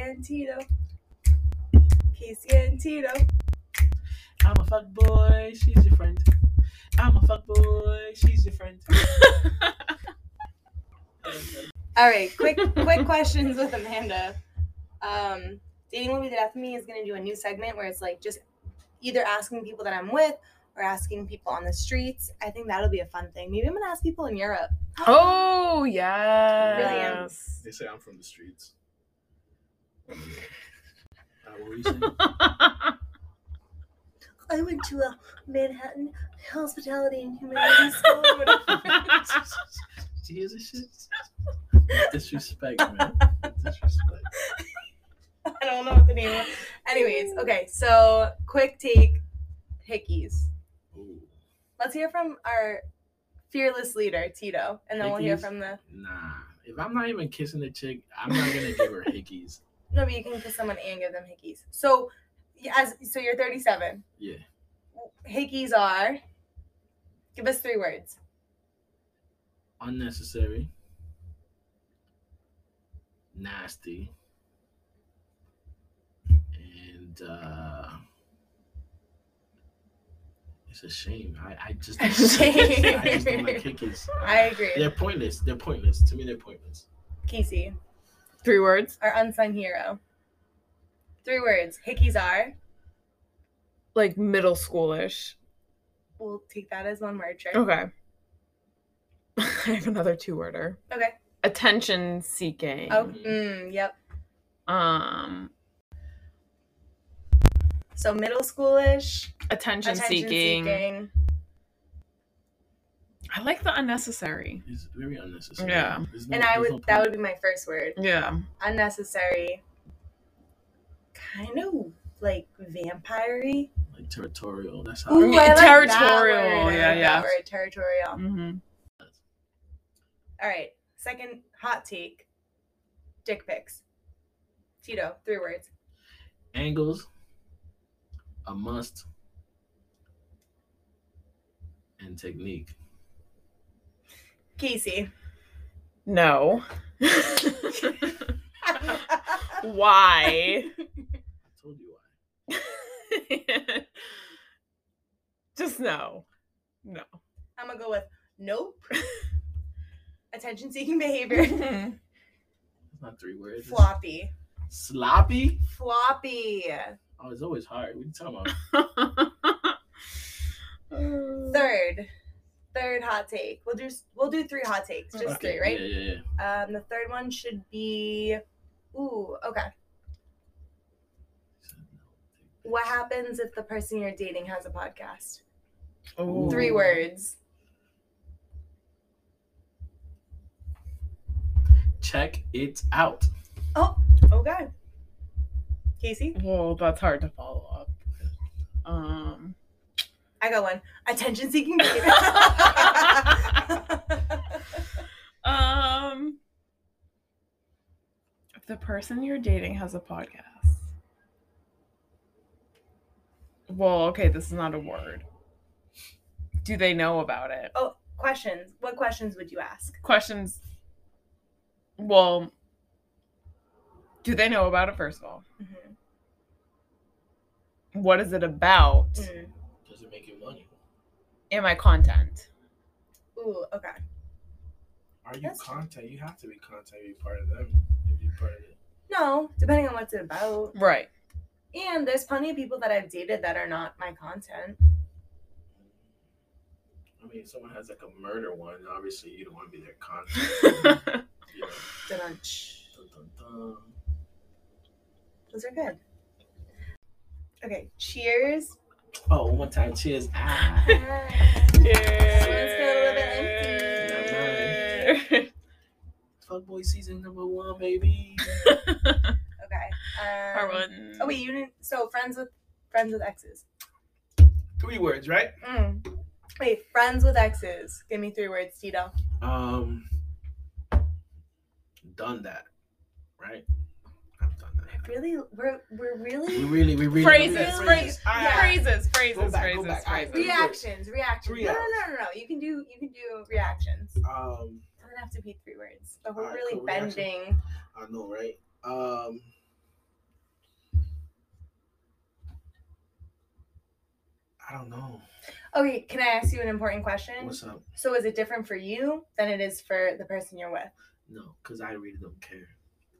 and Tito. Casey and Tito. I'm a fuck boy, she's your friend. I'm a fuck boy, she's your friend. All right, quick quick questions with Amanda. Um, Dating will be the death of me is going to do a new segment where it's like just either asking people that I'm with or asking people on the streets. I think that'll be a fun thing. Maybe I'm going to ask people in Europe. oh yeah. Brilliant. They say I'm from the streets. Um, uh, what were you saying? I went to a Manhattan hospitality and humanities school. Do you hear this shit? Disrespect, man. Disrespect. I don't know what the name is. Anyways, okay, so quick take hickeys. Ooh, Let's hear from our fearless leader, Tito, and then we'll hear Hickeys? from the. nah. If I'm not even kissing the chick, I'm not gonna give her hickeys. No, but you can kiss someone and give them hickeys. So, yeah, as so you're 37. Yeah. Hickeys are. Give us three words. Unnecessary. Nasty. And uh it's a shame. I, I just I just don't like hickeys. I agree. They're pointless. They're pointless. To me, they're pointless. Casey, Three words. our unsung hero. Three words. Hickeys are. Like middle schoolish. We'll take that as one word, sure. Okay. I have another two worder. Okay. Attention seeking. Oh, mm, yep. Um So middle schoolish, attention, attention seeking. seeking. I like the unnecessary. It's very unnecessary. Yeah. There's no- and I there's would no that point. would be my first word. Yeah. unnecessary, kind of like vampire-y. like territorial. That's how. Ooh, I like Territorial, That word. I yeah, like yeah. That word, territorial. Mm-hmm. All right. Second hot take. Dick pics. Tito, three words. Angles, a must, and technique. Casey. No. Why? I told you why. Just no. No. I'm gonna go with nope. Attention seeking behavior. It's not three words. it's Floppy. Sloppy. Floppy. Oh, it's always hard. What are you talking about? Third. Third hot take. We'll do we'll do three hot takes. Just Okay, three, right? Yeah, yeah, yeah. Um, the third one should be, ooh, okay. What happens if the person you're dating has a podcast? Ooh. Three words. Check it out. Oh, okay. Casey, Well, that's hard to follow up. Um I got one. Attention seeking. Um, if the person you're dating has a podcast. Well, okay, this is not a word. Do they know about it? questions. What questions would you ask? Questions. Well, do they know about it, first of all? Mhm. What is it about? Mm. Does it make you money? Am I content? Ooh, okay. Are you That's- content? You have to be content. Be part of them. If you're part of it. No, depending on what's it about. Right. And there's plenty of people that I've dated that are not my content. I mean, if someone has like a murder one, obviously you don't want to be their content. you know? Dun-dun. Dun, dun, dun. Those are good. Okay, cheers. Oh, one more time. Cheers. Ah. yeah. Fuckboy season number one, baby. Okay. Um, Or one. Oh wait, you didn't. So friends with friends with exes. Three words, right? Mm. Wait, friends with exes. Give me three words, Tito. Um, done that, right? I've done that. Really, we're we're We really really, we really. Phrases, phrases, All Yeah. right. phrases, Go phrases, back, go phrases, back. phrases. Three reactions, reactions. Three No, no, hours. no, no, no. You can do you can do reactions. Um, Doesn't have to be three words, but we're Alright, really cool, reaction. bending. I know, right? Um, I don't know. Okay, can I ask you an important question? What's up? So is it different for you than it is for the person you're with? No, because I really don't care.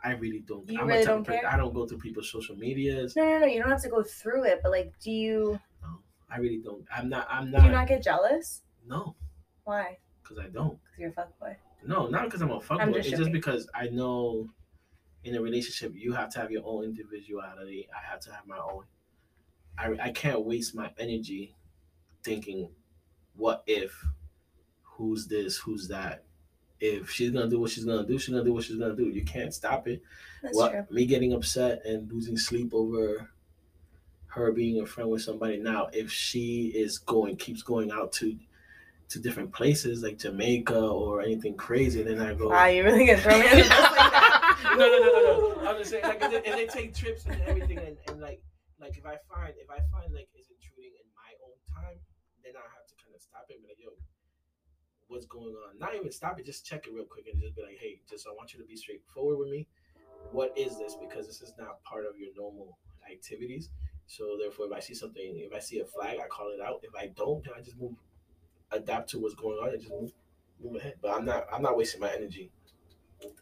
I really don't. You I'm a really type don't of person- care? I don't go through people's social medias. No, no, no. You don't have to go through it, but like, do you No, I really don't. I'm not. I'm do you not. not get jealous? no, Why? because I don't. Because you're a fuckboy. No, not because I'm a fuckboy. just it's just joking. because I know in a relationship you have to have your own individuality. I have to have my own. I I can't waste my energy thinking what if, who's this, who's that. If she's gonna do what she's gonna do, she's gonna do what she's gonna do. You can't stop it. That's What- true. Me getting upset and losing sleep over her being a friend with somebody now, if she is going keeps going out to to different places like Jamaica or anything crazy, then I go Wow, you Ah, really gonna throw me under the bus like that? no, no, no, no, no. I'm just saying, like, and they, and they take trips and everything, and, and like, like if I find if I find like is intruding in my own time, then I have to kind of stop it. and Be like, yo, what's going on? Not even stop it, just check it real quick, and just be like, hey, just I want you to be straightforward with me. What is this? Because this is not part of your normal activities. So therefore, if I see something, if I see a flag, I call it out. If I don't, then I just move, adapt to what's going on, and just move, move ahead. But I'm not, I'm not wasting my energy.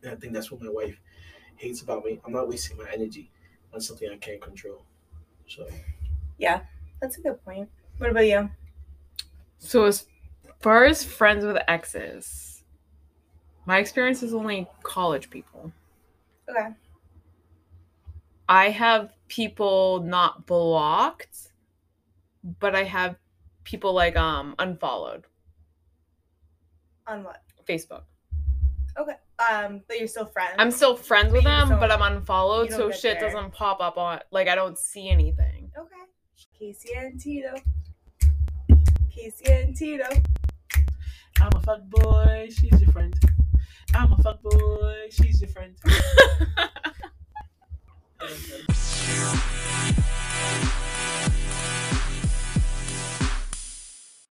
And I think that's what my wife hates about me. I'm not wasting my energy on something I can't control. So That's a good point. What about you? So as far as friends with exes, my experience is only college people. Okay. I have people not blocked, but I have people like um unfollowed On what? Facebook. Um, but you're still friends. I'm still friends with But you them, don't- but I'm you unfollowed, don't so get shit there. doesn't pop up on like I don't see anything. Okay. Casey and Tito. Casey and Tito. I'm a fuck boy. She's your friend. I'm a fuck boy. She's your friend.